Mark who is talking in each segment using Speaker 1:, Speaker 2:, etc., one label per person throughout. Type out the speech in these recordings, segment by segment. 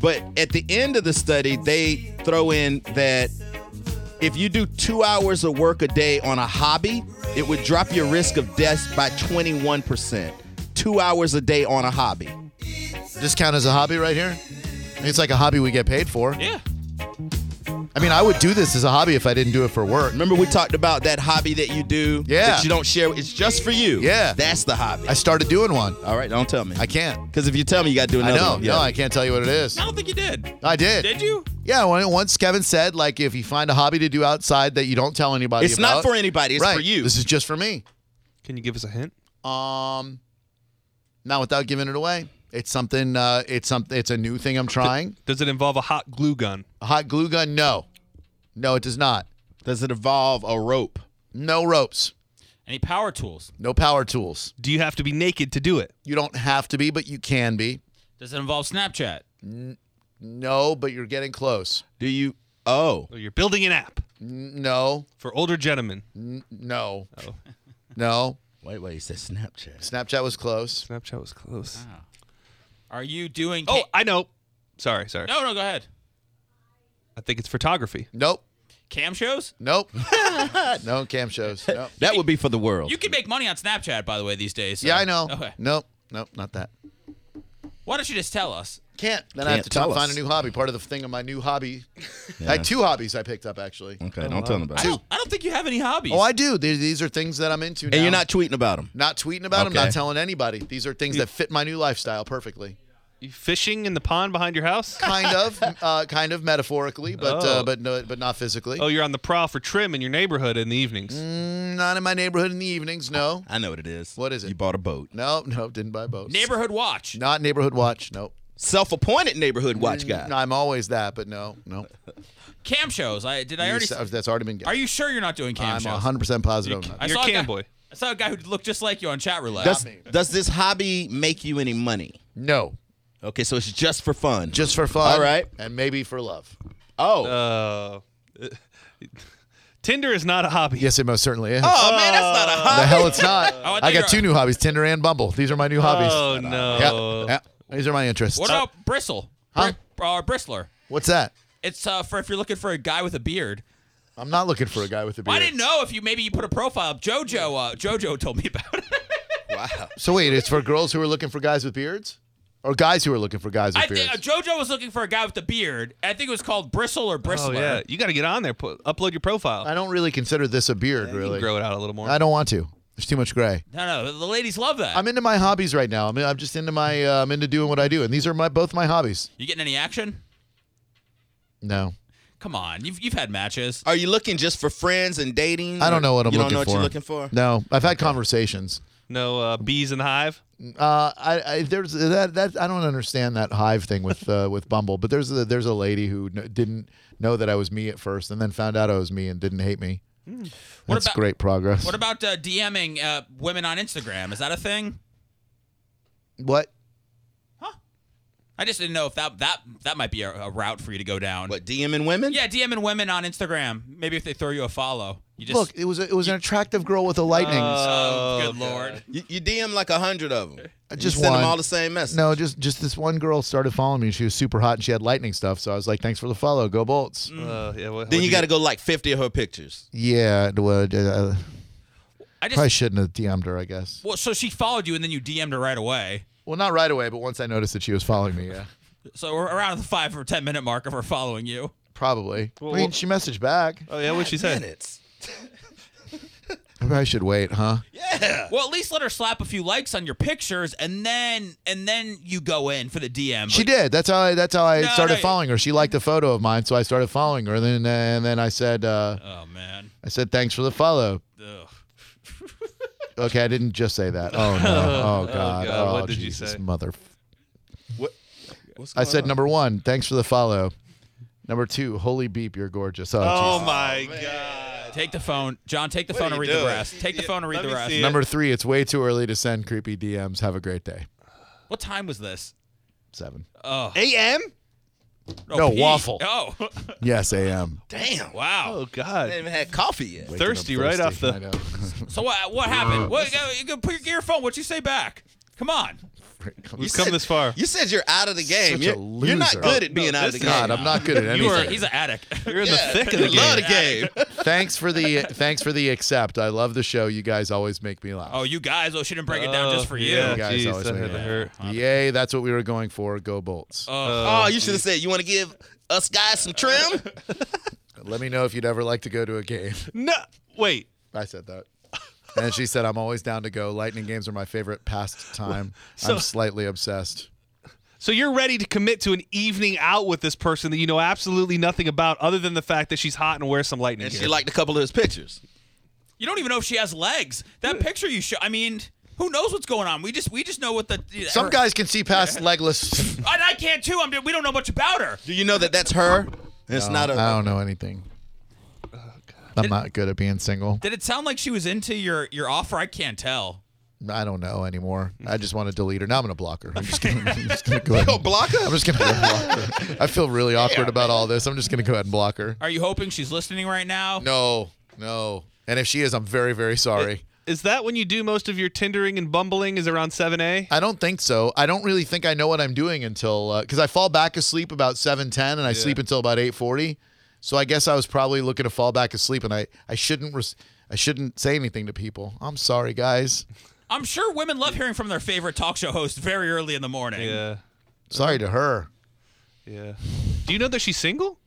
Speaker 1: But at the end of the study, they throw in that if you do two hours of work a day on a hobby, it would drop your risk of death by 21%. Two hours a day on a hobby.
Speaker 2: This count as a hobby right here? It's like a hobby we get paid for.
Speaker 3: Yeah.
Speaker 2: I mean, I would do this as a hobby if I didn't do it for work.
Speaker 1: Remember, we talked about that hobby that you do
Speaker 2: Yeah.
Speaker 1: that you don't share. It's just for you.
Speaker 2: Yeah.
Speaker 1: That's the hobby.
Speaker 2: I started doing one.
Speaker 1: All right, don't tell me.
Speaker 2: I can't.
Speaker 1: Because if you tell me, you got to do
Speaker 2: I
Speaker 1: another
Speaker 2: know.
Speaker 1: one. Yeah.
Speaker 2: No, I can't tell you what it is.
Speaker 3: I don't think you did.
Speaker 2: I did.
Speaker 3: Did you?
Speaker 2: Yeah, when, once Kevin said, like, if you find a hobby to do outside that you don't tell anybody
Speaker 1: It's not
Speaker 2: about-
Speaker 1: for anybody, it's
Speaker 2: Right.
Speaker 1: for you.
Speaker 2: This is just for me.
Speaker 3: Can you give us a hint?
Speaker 2: Um, not without giving it away. It's something. Uh, it's something. It's a new thing I'm trying.
Speaker 3: Does it involve a hot glue gun?
Speaker 2: A hot glue gun? No, no, it does not.
Speaker 1: Does it involve a rope?
Speaker 2: No ropes.
Speaker 4: Any power tools?
Speaker 2: No power tools.
Speaker 3: Do you have to be naked to do it?
Speaker 2: You don't have to be, but you can be.
Speaker 4: Does it involve Snapchat?
Speaker 2: No, but you're getting close.
Speaker 1: Do you? Oh.
Speaker 3: Or you're building an app
Speaker 2: N- No,
Speaker 3: for older gentlemen?
Speaker 2: no,
Speaker 1: Oh.
Speaker 2: no.
Speaker 1: Wait, wait, he said Snapchat.
Speaker 2: Snapchat was close.
Speaker 3: Snapchat was close.
Speaker 4: Ah. Are you doing?
Speaker 3: Oh, I know. Sorry, sorry.
Speaker 4: no, no, go ahead.
Speaker 3: I think it's photography.
Speaker 2: Nope,
Speaker 4: Cam shows?
Speaker 2: nope. no cam shows. Nope.
Speaker 1: That would be for the world.
Speaker 4: You can make money on Snapchat, by the way, these days. so-
Speaker 2: Yeah, I know.
Speaker 4: Okay.
Speaker 2: Nope, nope, not that.
Speaker 4: Why don't you just tell us?
Speaker 2: Can't. Then I have
Speaker 1: Can't
Speaker 2: to
Speaker 1: tell
Speaker 2: t- find a
Speaker 1: us.
Speaker 2: new hobby. Part of the thing of my new hobby. I had two hobbies I picked up actually.
Speaker 1: okay, don't tell him about
Speaker 4: I
Speaker 1: it.
Speaker 4: don't, I don't think you have any hobbies.
Speaker 2: Oh, I do. These, these are things that I'm into.
Speaker 1: And you're not tweeting about him.
Speaker 2: not tweeting about them,
Speaker 1: Okay.
Speaker 2: not telling anybody. These are things that fit my new lifestyle perfectly.
Speaker 3: You fishing in the pond behind your house?
Speaker 2: Kind of, uh, kind of metaphorically, but uh,
Speaker 3: Oh.
Speaker 2: but no, but not physically.
Speaker 3: Oh, you're on the prowl for trim in your neighborhood in the evenings.
Speaker 2: Not in my neighborhood in the evenings. No,
Speaker 1: I know what it is.
Speaker 2: What is it?
Speaker 1: You bought a boat.
Speaker 2: no, no. Didn't buy boats.
Speaker 4: Neighborhood watch.
Speaker 2: Not neighborhood watch. Nope.
Speaker 1: Self-appointed neighborhood watch guy.
Speaker 2: Mm, No, I'm always that, but no, no.
Speaker 4: Cam shows. I did. I
Speaker 2: You
Speaker 4: already.
Speaker 2: s- that's already been.
Speaker 4: Are you sure you're not doing cam
Speaker 2: I'm
Speaker 4: shows?
Speaker 2: 100 percent positive. on that.
Speaker 4: I
Speaker 3: You're
Speaker 4: saw a
Speaker 3: cam
Speaker 4: guy-
Speaker 3: boy.
Speaker 4: I saw a guy who looked just like you on chat roulette.
Speaker 1: Does, does this hobby make you any money?
Speaker 2: No,
Speaker 1: Okay, so it's just for fun.
Speaker 2: just for fun.
Speaker 1: All right.
Speaker 2: and maybe for love.
Speaker 1: oh,
Speaker 3: Uh, Tinder is not a hobby.
Speaker 2: Yes, it most certainly is.
Speaker 1: oh man, that's not a
Speaker 2: the
Speaker 1: hobby.
Speaker 2: hell, it's not.
Speaker 4: Oh, I thought
Speaker 2: I
Speaker 4: you
Speaker 2: got
Speaker 4: were-
Speaker 2: two new hobbies: Tinder and Bumble. These are my new hobbies.
Speaker 3: Oh no.
Speaker 2: Yeah, yeah. These are my interests.
Speaker 4: What about bristle?
Speaker 2: Huh?
Speaker 4: Br- uh, bristler.
Speaker 2: What's that?
Speaker 4: It's uh, for if you're looking for a guy with a beard.
Speaker 2: I'm not looking for a guy with a beard.
Speaker 4: I didn't know if you maybe you put a profile up. JoJo. Uh, JoJo told me about it.
Speaker 1: Wow.
Speaker 2: So wait, it's for girls who are looking for guys with beards, or guys who are looking for guys with
Speaker 4: I
Speaker 2: beards?
Speaker 4: think uh, JoJo was looking for a guy with a beard. I think it was called bristle or bristler.
Speaker 3: Oh yeah. You got to get on there. Put, upload your profile.
Speaker 2: I don't really consider this a beard,
Speaker 3: You
Speaker 2: really.
Speaker 3: can grow it out a little more.
Speaker 2: I don't want to. There's too much gray.
Speaker 4: No, no, the ladies love that.
Speaker 2: I'm into my hobbies right now. I'm, I'm just into my. Uh, I'm into doing what I do, and these are my both my hobbies.
Speaker 4: you getting any action?
Speaker 2: No,
Speaker 4: Come on, you've you've had matches.
Speaker 1: Are you looking just for friends and dating?
Speaker 2: I don't know what I'm
Speaker 1: you
Speaker 2: looking
Speaker 1: don't know
Speaker 2: for.
Speaker 1: what you're looking for?
Speaker 2: No, I've had conversations.
Speaker 3: No uh, bees in the hive.
Speaker 2: Uh, I, I there's that that I don't understand that hive thing with uh, with Bumble, but there's a, there's a lady who kn- didn't know that I was me at first, and then found out I was me and didn't hate me.
Speaker 4: Hmm. What
Speaker 2: That's
Speaker 4: about-
Speaker 2: great progress.
Speaker 4: What about uh, DMing uh, women on Instagram? Is that a thing?
Speaker 2: what?
Speaker 4: I just didn't know if that that that might be a, a route for you to go down.
Speaker 1: What DMing women?
Speaker 4: Yeah, DMing women on Instagram. Maybe if they throw you a follow, you just
Speaker 2: Look, it was a, it was an attractive girl with a lightning.
Speaker 4: Oh, good lord.
Speaker 1: You, you DM like a hundred of them.
Speaker 2: Just
Speaker 1: you send
Speaker 2: one.
Speaker 1: them all the same message.
Speaker 2: No, just just this one girl started following me. She was super hot and she had lightning stuff. So I was like, "Thanks for the follow. Go Bolts."
Speaker 4: Mm.
Speaker 3: Uh, yeah, what-
Speaker 1: Then
Speaker 3: what'd
Speaker 1: you got to
Speaker 3: get?
Speaker 1: go like fifty of her pictures.
Speaker 2: Yeah, it would. Uh,
Speaker 4: I just
Speaker 2: probably shouldn't have DM'd her. I guess.
Speaker 4: well, so she followed you and then you DM'd her right away.
Speaker 2: Well, not right away, but once I noticed that she was following me, yeah,
Speaker 4: So we're around the five or ten minute mark of her following you.
Speaker 2: probably.
Speaker 3: Well,
Speaker 2: I mean,
Speaker 3: well-
Speaker 2: she messaged back.
Speaker 3: Oh yeah, what she said.
Speaker 1: Minutes.
Speaker 2: Maybe I should wait, huh?
Speaker 4: Well, at least let her slap a few likes on your pictures and then and then you go in for the DM.
Speaker 2: She did. That's how I. That's how I
Speaker 4: No,
Speaker 2: started
Speaker 4: no.
Speaker 2: following her. She liked a photo of mine, so I started following her. And then and then I said, uh,
Speaker 4: Oh man.
Speaker 2: I said, "Thanks for the follow."
Speaker 4: Ugh.
Speaker 2: Okay, I didn't just say that. Oh no! Oh god!
Speaker 3: God,
Speaker 2: Oh,
Speaker 3: what did you
Speaker 2: Jesus,
Speaker 3: say?
Speaker 2: Mother.
Speaker 1: What? What's
Speaker 2: I said number one, thanks for the follow. Number two, holy beep, you're gorgeous. Oh,
Speaker 3: Oh
Speaker 2: Jesus.
Speaker 3: my god.
Speaker 4: Take the phone, John. Take the
Speaker 3: What
Speaker 4: phone
Speaker 3: are
Speaker 4: and
Speaker 3: you
Speaker 4: read the
Speaker 3: doing?
Speaker 4: rest. Take the phone and read
Speaker 3: Let
Speaker 4: the
Speaker 3: me
Speaker 4: rest.
Speaker 3: see it.
Speaker 2: Number three, it's way too early to send creepy DMs. Have a great day.
Speaker 4: What time was this?
Speaker 2: Seven.
Speaker 1: A.M.
Speaker 4: Oh,
Speaker 2: No,
Speaker 4: Pete.
Speaker 2: waffle.
Speaker 4: Oh,
Speaker 2: Yes, a.m.
Speaker 1: Damn.
Speaker 4: wow.
Speaker 3: Oh god.
Speaker 1: even had coffee yet.
Speaker 2: Waking up
Speaker 3: Thirsty right off the-
Speaker 2: I know.
Speaker 4: So what? What happened? What? You go- put your phone. What you say back? Come on.
Speaker 3: We've come this far.
Speaker 1: You said you're out of the game.
Speaker 2: Such a
Speaker 1: You're, you're not
Speaker 2: loser.
Speaker 1: good at
Speaker 3: No,
Speaker 1: being out of the
Speaker 3: this
Speaker 1: game.
Speaker 3: guy-
Speaker 2: God, I'm not good at anything.
Speaker 3: You are-
Speaker 4: He's an addict.
Speaker 3: You're in the thick of the
Speaker 1: You
Speaker 3: game.
Speaker 1: Love the game.
Speaker 2: thanks for the thanks for the accept. I love the show. You guys always make me laugh.
Speaker 4: Oh, you guys. Oh, shouldn't break it down just
Speaker 3: Oh,
Speaker 4: for you.
Speaker 3: yeah.
Speaker 2: You guys
Speaker 3: Jeez,
Speaker 2: always
Speaker 3: that
Speaker 2: make
Speaker 3: had
Speaker 2: me
Speaker 3: to
Speaker 2: laugh.
Speaker 3: hurt.
Speaker 2: Yay, that's what we were going for. Go Bolts.
Speaker 3: Uh,
Speaker 1: oh, you should have said you want to give us guys some trim.
Speaker 2: Let me know if you'd ever like to go to a game.
Speaker 3: No. Wait.
Speaker 2: I said that. And she said, I'm always down to go. Lightning games are my favorite pastime. I'm slightly obsessed.
Speaker 3: So you're ready to commit to an evening out with this person that you know absolutely nothing about other than the fact that she's hot and wears some lightning
Speaker 1: and she
Speaker 3: gear.
Speaker 1: liked a couple of his pictures.
Speaker 4: You don't even know if she has legs. That picture you show. I mean, who knows what's going on? We just we just know what the
Speaker 2: Some guys can see past legless.
Speaker 4: And I can't too. I'm. We don't know much about her.
Speaker 1: Do you know that that's her? It's not a.
Speaker 2: Oh, I don't know anything. I'm not good at being single.
Speaker 4: Did it sound like she was into your your offer? I can't tell.
Speaker 2: I don't know anymore. I just want to delete her. Now I'm gonna block her. I'm just gonna, I'm just gonna go ahead.
Speaker 1: Yo,
Speaker 2: and-
Speaker 1: block her.
Speaker 2: I'm just gonna go ahead and block her. I feel really awkward about all this. I'm just gonna go ahead and block her.
Speaker 4: Are you hoping she's listening right now?
Speaker 2: No, no. And if she is, I'm very, very sorry.
Speaker 3: Is that when you do most of your Tindering and bumbling is around 7A?
Speaker 2: I don't think so. I don't really think I know what I'm doing until because I fall back asleep about seven ten, and I sleep until about eight forty. So I guess I was probably looking to fall back asleep, and I I shouldn't res- I shouldn't say anything to people. I'm sorry, guys.
Speaker 4: I'm sure women love hearing from their favorite talk show host very early in the morning.
Speaker 3: Yeah.
Speaker 2: Sorry to her.
Speaker 3: Yeah. Do you know that she's single?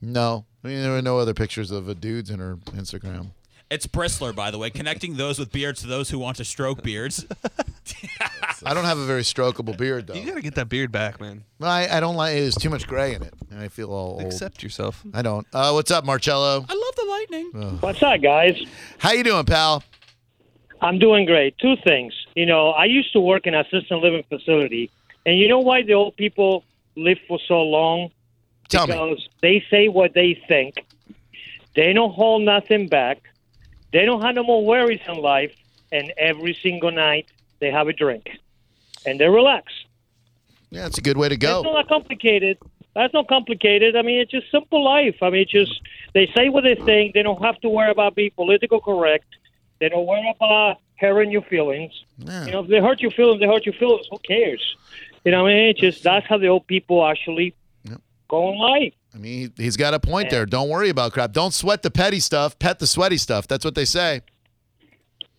Speaker 2: No, I mean there were no other pictures of a dudes in her Instagram.
Speaker 4: It's Bristler, by the way, connecting those with beards to those who want to stroke beards.
Speaker 2: I don't have a very strokable beard though.
Speaker 3: You gotta get that beard back, man.
Speaker 2: I, I don't like it. There's too much gray in it, and I feel all old.
Speaker 3: Accept yourself.
Speaker 2: I don't. Uh, what's up, Marcello?
Speaker 4: I love the lightning.
Speaker 5: What's up, guys?
Speaker 2: How you doing, pal?
Speaker 5: I'm doing great. Two things. You know, I used to work in assisted living facility, and you know why the old people live for so long?
Speaker 2: Tell me.
Speaker 5: Because they say what they think. They don't hold nothing back. They don't have no more worries in life, and every single night they have a drink, and they relax.
Speaker 2: Yeah, it's a good way to
Speaker 5: It's
Speaker 2: go.
Speaker 5: not complicated. That's not complicated. I mean, it's just simple life. I mean, it's just they say what they think. They don't have to worry about being political correct. They don't worry about hurting your feelings.
Speaker 2: Yeah.
Speaker 5: You know, if they hurt your feelings, they hurt your feelings. Who cares? You know, what I mean, it's just that's how the old people actually go in life.
Speaker 2: I mean, he- he's got a point there. Don't worry about crap. Don't sweat the petty stuff. Pet the sweaty stuff. That's what they say.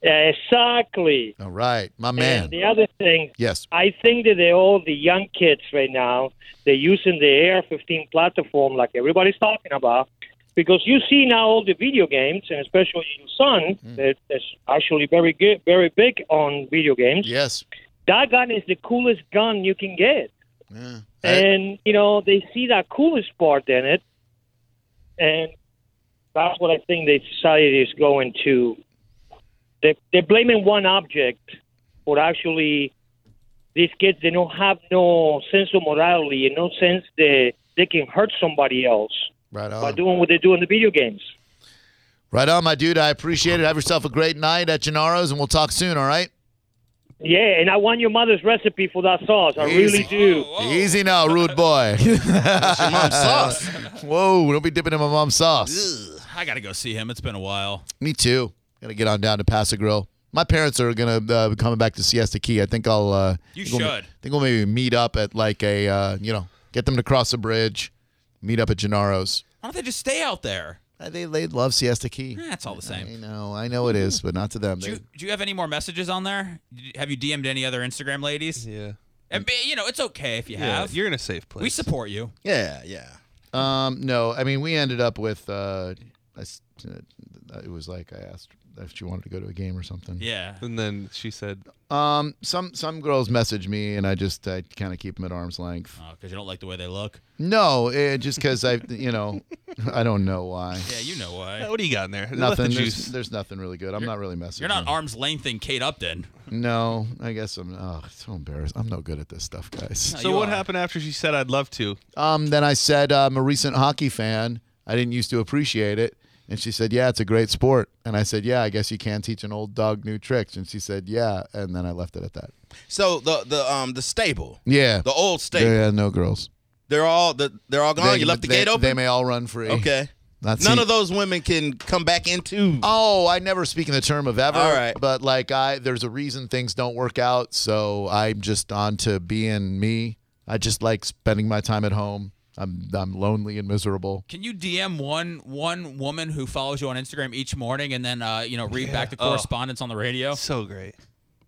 Speaker 5: Exactly.
Speaker 2: All right, my
Speaker 5: And
Speaker 2: man.
Speaker 5: the other thing,
Speaker 2: Yes.
Speaker 5: I think that they all the young kids right now they're using the Air 15 platform like everybody's talking about because you see now all the video games and especially your son that is actually very good, very big on video games.
Speaker 2: Yes.
Speaker 5: That gun is the coolest gun you can get,
Speaker 2: Yeah. Hey,
Speaker 5: and you know they see that coolest part in it, and that's what I think the society is going to. They they're blaming one object for actually these kids they don't have no sense of morality and no sense they they can hurt somebody else
Speaker 2: right
Speaker 5: by
Speaker 2: on.
Speaker 5: doing what they do in the video games.
Speaker 2: Right on, my dude. I appreciate it. Have yourself a great night at Gennaro's, and we'll talk soon. All right.
Speaker 5: Yeah, and I want your mother's recipe for that sauce. I
Speaker 2: Easy.
Speaker 5: really do.
Speaker 2: Easy now, rude boy.
Speaker 1: Your mom's sauce.
Speaker 2: Whoa! Don't be dipping in my mom's sauce.
Speaker 4: Ugh, I gotta go see him. It's been a while.
Speaker 2: Me too. Gotta get on down to Paso Grill. My parents are gonna uh, be coming back to Siesta Key. I think I'll. Uh,
Speaker 4: You
Speaker 2: think we'll-
Speaker 4: should.
Speaker 2: think we'll maybe meet up at like a uh, you know get them to cross a bridge, meet up at Gennaro's.
Speaker 4: Why don't they just stay out there?
Speaker 2: Uh, They they love Siesta Key.
Speaker 4: Eh, It's all the
Speaker 2: I
Speaker 4: same.
Speaker 2: know, I know it is, but not to them.
Speaker 4: Do you,
Speaker 2: They-
Speaker 4: do you have any more messages on there? Did- Have you DM'd any other Instagram ladies?
Speaker 3: Yeah.
Speaker 4: And be- you know, it's okay if you
Speaker 3: Yeah.
Speaker 4: have.
Speaker 3: You're in a safe place.
Speaker 4: we support you.
Speaker 1: Yeah, yeah.
Speaker 2: um, no, I mean we ended up with. Uh, I s- uh, it was like I asked. if she wanted to go to a game or something.
Speaker 4: Yeah.
Speaker 3: And then she said,
Speaker 2: Um, some some girls message me, and I just I kind of keep them at arm's length.
Speaker 4: Because Oh, you don't like the way they look.
Speaker 2: No, eh, just because I, you know, I don't know why.
Speaker 4: Yeah, you know why.
Speaker 3: "What do you got in there? Let the
Speaker 2: Nothing.
Speaker 3: juice."
Speaker 2: There's, there's nothing really good. I'm not really messaging.
Speaker 4: You're not arm's lengthing Kate Upton.
Speaker 2: No, I guess I'm. Oh, it's so embarrassed. I'm no good at this stuff, guys.
Speaker 4: No,
Speaker 3: So
Speaker 4: you
Speaker 3: what
Speaker 4: are.
Speaker 3: happened after she said, "I'd love to"?
Speaker 2: Um, then I said I'm a recent hockey fan. I didn't used to appreciate it, and she said, "Yeah, it's a great sport." And I said, "Yeah, I guess you can teach an old dog new tricks." And she said, "Yeah," and then I left it at that.
Speaker 1: So the the um the stable,
Speaker 2: Yeah,
Speaker 1: the old stable,
Speaker 2: yeah, no girls.
Speaker 1: they're all the, they're all gone.
Speaker 2: They-
Speaker 1: you left the
Speaker 2: they-
Speaker 1: gate open.
Speaker 2: They may all run free.
Speaker 1: okay.
Speaker 2: Not
Speaker 1: None
Speaker 2: see-
Speaker 1: of those women can come back into.
Speaker 2: Oh, I never speak in the term of ever.
Speaker 1: All right.
Speaker 2: But like I there's a reason things don't work out, so I'm just on to being me. I just like spending my time at home. I'm I'm lonely and miserable.
Speaker 4: Can you DM one one woman who follows you on Instagram each morning and then uh, you know read back the
Speaker 3: Oh.
Speaker 4: correspondence on the radio?
Speaker 3: So great.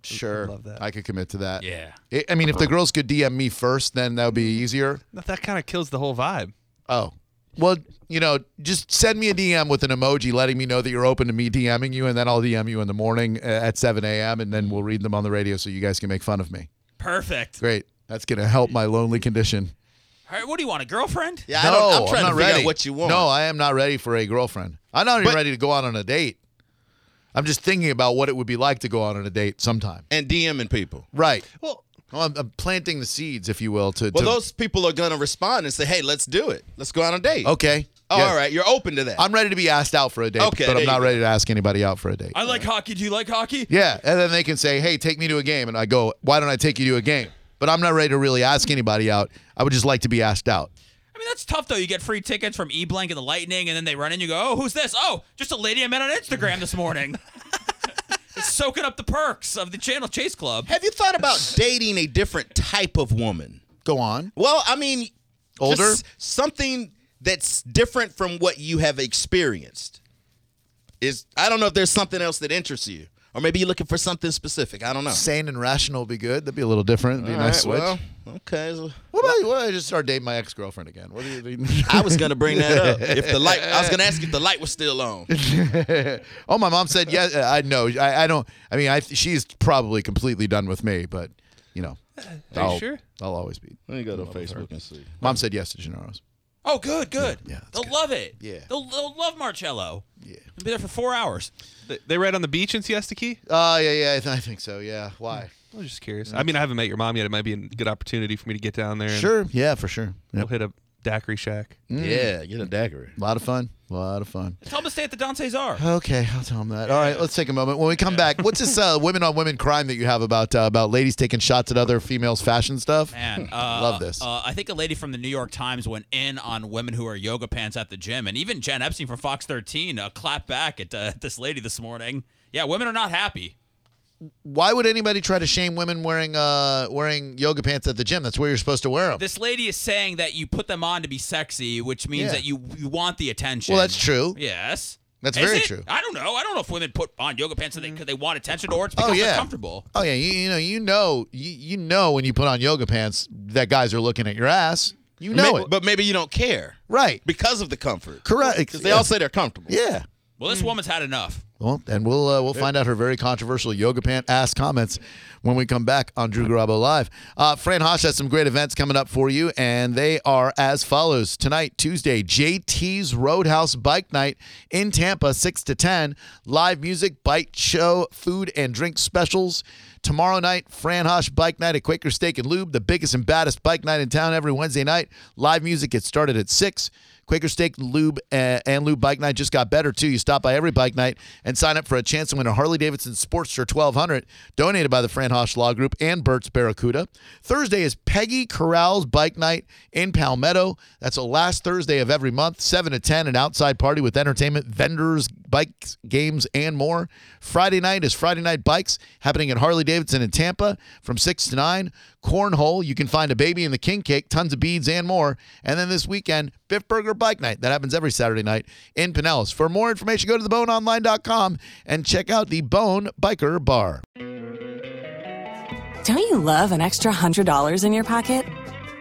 Speaker 2: Sure.
Speaker 3: love that.
Speaker 2: I could commit to that.
Speaker 4: Yeah.
Speaker 2: I- I mean, if the girls could DM me first, then that would be easier.
Speaker 3: No, That kind of kills the whole vibe.
Speaker 2: Oh. Well, you know, just send me a DM with an emoji letting me know that you're open to me DMing you, and then I'll DM you in the morning uh, at 7 a.m., and then we'll read them on the radio so you guys can make fun of me.
Speaker 4: Perfect.
Speaker 2: Great. That's going to help my lonely condition.
Speaker 4: All right, what do you want? A girlfriend?
Speaker 1: Yeah,
Speaker 2: no,
Speaker 1: I don't, I'm trying
Speaker 2: not
Speaker 1: to figure
Speaker 2: ready.
Speaker 1: out what you want.
Speaker 2: No, I am not ready for a girlfriend. I'm not even
Speaker 1: But-
Speaker 2: ready to go out on a date. I'm just thinking about what it would be like to go out on a date sometime.
Speaker 1: and DMing people.
Speaker 2: Right.
Speaker 3: Well,
Speaker 2: Well, I'm, I'm planting the seeds, if you will. To,
Speaker 1: Well,
Speaker 2: to-
Speaker 1: those people are gonna respond and say, "Hey, let's do it. Let's go on a date."
Speaker 2: okay.
Speaker 1: Oh,
Speaker 2: Yeah.
Speaker 1: all right. You're open to that.
Speaker 2: I'm ready to be asked out for a date,
Speaker 1: Okay,
Speaker 2: but
Speaker 1: there
Speaker 2: I'm
Speaker 1: you
Speaker 2: not
Speaker 1: go.
Speaker 2: ready to ask anybody out for a date.
Speaker 4: I like hockey. Do you like hockey?
Speaker 2: yeah, and then they can say, "Hey, take me to a game," and I go, "Why don't I take you to a game?" But I'm not ready to really ask anybody out. I would just like to be asked out.
Speaker 4: I mean, that's tough though. You get free tickets from E-Blank and the Lightning, and then they run in. You go, oh, who's this? Oh, just a lady I met on Instagram this morning. It's soaking up the perks of the Channel Chase Club.
Speaker 1: Have you thought about dating a different type of woman?
Speaker 2: Go on.
Speaker 1: Well, I mean,
Speaker 2: Older?
Speaker 1: just something that's different from what you have experienced. Is I don't know if there's something else that interests you, or maybe you're looking for something specific. I don't know.
Speaker 2: Sane and rational would be good. That'd be a little different. It'd be a
Speaker 1: All
Speaker 2: nice
Speaker 1: right,
Speaker 2: switch.
Speaker 1: well, okay. so-
Speaker 2: What about what? if I just start dating my ex girlfriend again. What do you mean?
Speaker 1: I was gonna bring that up. If the light, I was gonna ask if the light was still on.
Speaker 2: oh, my mom said yes. uh, I know. I, I don't. I mean, I she's probably completely done with me, but you know,
Speaker 3: you
Speaker 2: I'll,
Speaker 3: sure?
Speaker 2: I'll always be.
Speaker 1: Let me go to Facebook and see.
Speaker 2: Mom said yes to Gennaro's.
Speaker 4: Oh, good, good.
Speaker 2: Yeah, yeah, that's
Speaker 4: they'll
Speaker 2: good.
Speaker 4: love it.
Speaker 2: Yeah.
Speaker 4: they'll, they'll love Marcello.
Speaker 2: Yeah.
Speaker 4: They'll be there for four hours.
Speaker 3: they, they read on the beach in Siesta Key.
Speaker 2: Oh yeah, yeah. I, th- I think so. Yeah. Why?
Speaker 3: I was just curious. I mean, I haven't met your mom yet. It might be a good opportunity for me to get down there. And
Speaker 2: Sure. Yeah, for sure.
Speaker 3: We'll
Speaker 2: Yep.
Speaker 3: hit up Daiquiri Shack.
Speaker 1: Yeah, get a dagger.
Speaker 2: A lot of fun. A lot of fun.
Speaker 4: Tell them to stay at the Don Cesar.
Speaker 2: Okay, I'll tell him that. All right, let's take a moment. When we come back, what's this uh, women on women crime that you have about uh, about ladies taking shots at other females' fashion stuff?
Speaker 4: Man, uh,
Speaker 2: Love this.
Speaker 4: Uh, I think a lady from the New York Times went in on women who wear yoga pants at the gym, and even Jen Epstein from Fox 13 uh, clapped back at uh, this lady this morning. Yeah, women are not happy.
Speaker 2: Why would anybody try to shame women wearing uh, wearing yoga pants at the gym? That's where you're supposed to wear them.
Speaker 4: This lady is saying that you put them on to be sexy, which means
Speaker 2: Yeah.
Speaker 4: that you you want the attention.
Speaker 2: Well, that's true.
Speaker 4: Yes.
Speaker 2: That's
Speaker 4: Is
Speaker 2: very
Speaker 4: it?
Speaker 2: true. Mm.
Speaker 4: I don't know. I don't know if women put on yoga pants because they, want attention or it's because
Speaker 2: yeah.
Speaker 4: they're comfortable.
Speaker 2: Oh yeah, you, you know, you know, you, you know when you put on yoga pants that guys are looking at your ass. You know it,
Speaker 1: but maybe you don't care,
Speaker 2: right?
Speaker 1: Because of the comfort.
Speaker 2: Correct.
Speaker 1: Because they all say they're comfortable.
Speaker 2: yeah.
Speaker 4: Well,
Speaker 2: Mm.
Speaker 4: this woman's had enough.
Speaker 2: Well, and we'll uh, we'll find out her very controversial yoga pant ass comments when we come back on Drew Garabo Live. Uh, Fran Hosh has some great events coming up for you, and they are as follows: tonight, Tuesday, JT's Roadhouse Bike Night in Tampa, six to ten, live music, bike show, food and drink specials. Tomorrow night, Fran Hosh Bike Night at Quaker Steak and Lube, the biggest and baddest bike night in town every Wednesday night. Live music gets started at six. Quaker Steak Lube uh, and Lube Bike Night just got better too. You stop by every bike night and sign up for a chance to win a Harley Davidson Sportster 1200 donated by the Fran Hosh Law Group and Burt's Barracuda. Thursday is Peggy Corral's Bike Night in Palmetto. That's the last Thursday of every month, 7 to 10, an outside party with entertainment, vendors, bikes, games, and more. Friday night is Friday Night Bikes happening at Harley Davidson in Tampa from 6 to 9. Cornhole, you can find a baby in the king cake, tons of beads, and more. And then this weekend, Biff Burger Bike Night. That happens every Saturday night in Pinellas. For more information, go to theboneonline.com and check out the Bone Biker Bar.
Speaker 6: Don't you love an extra $100 in your pocket?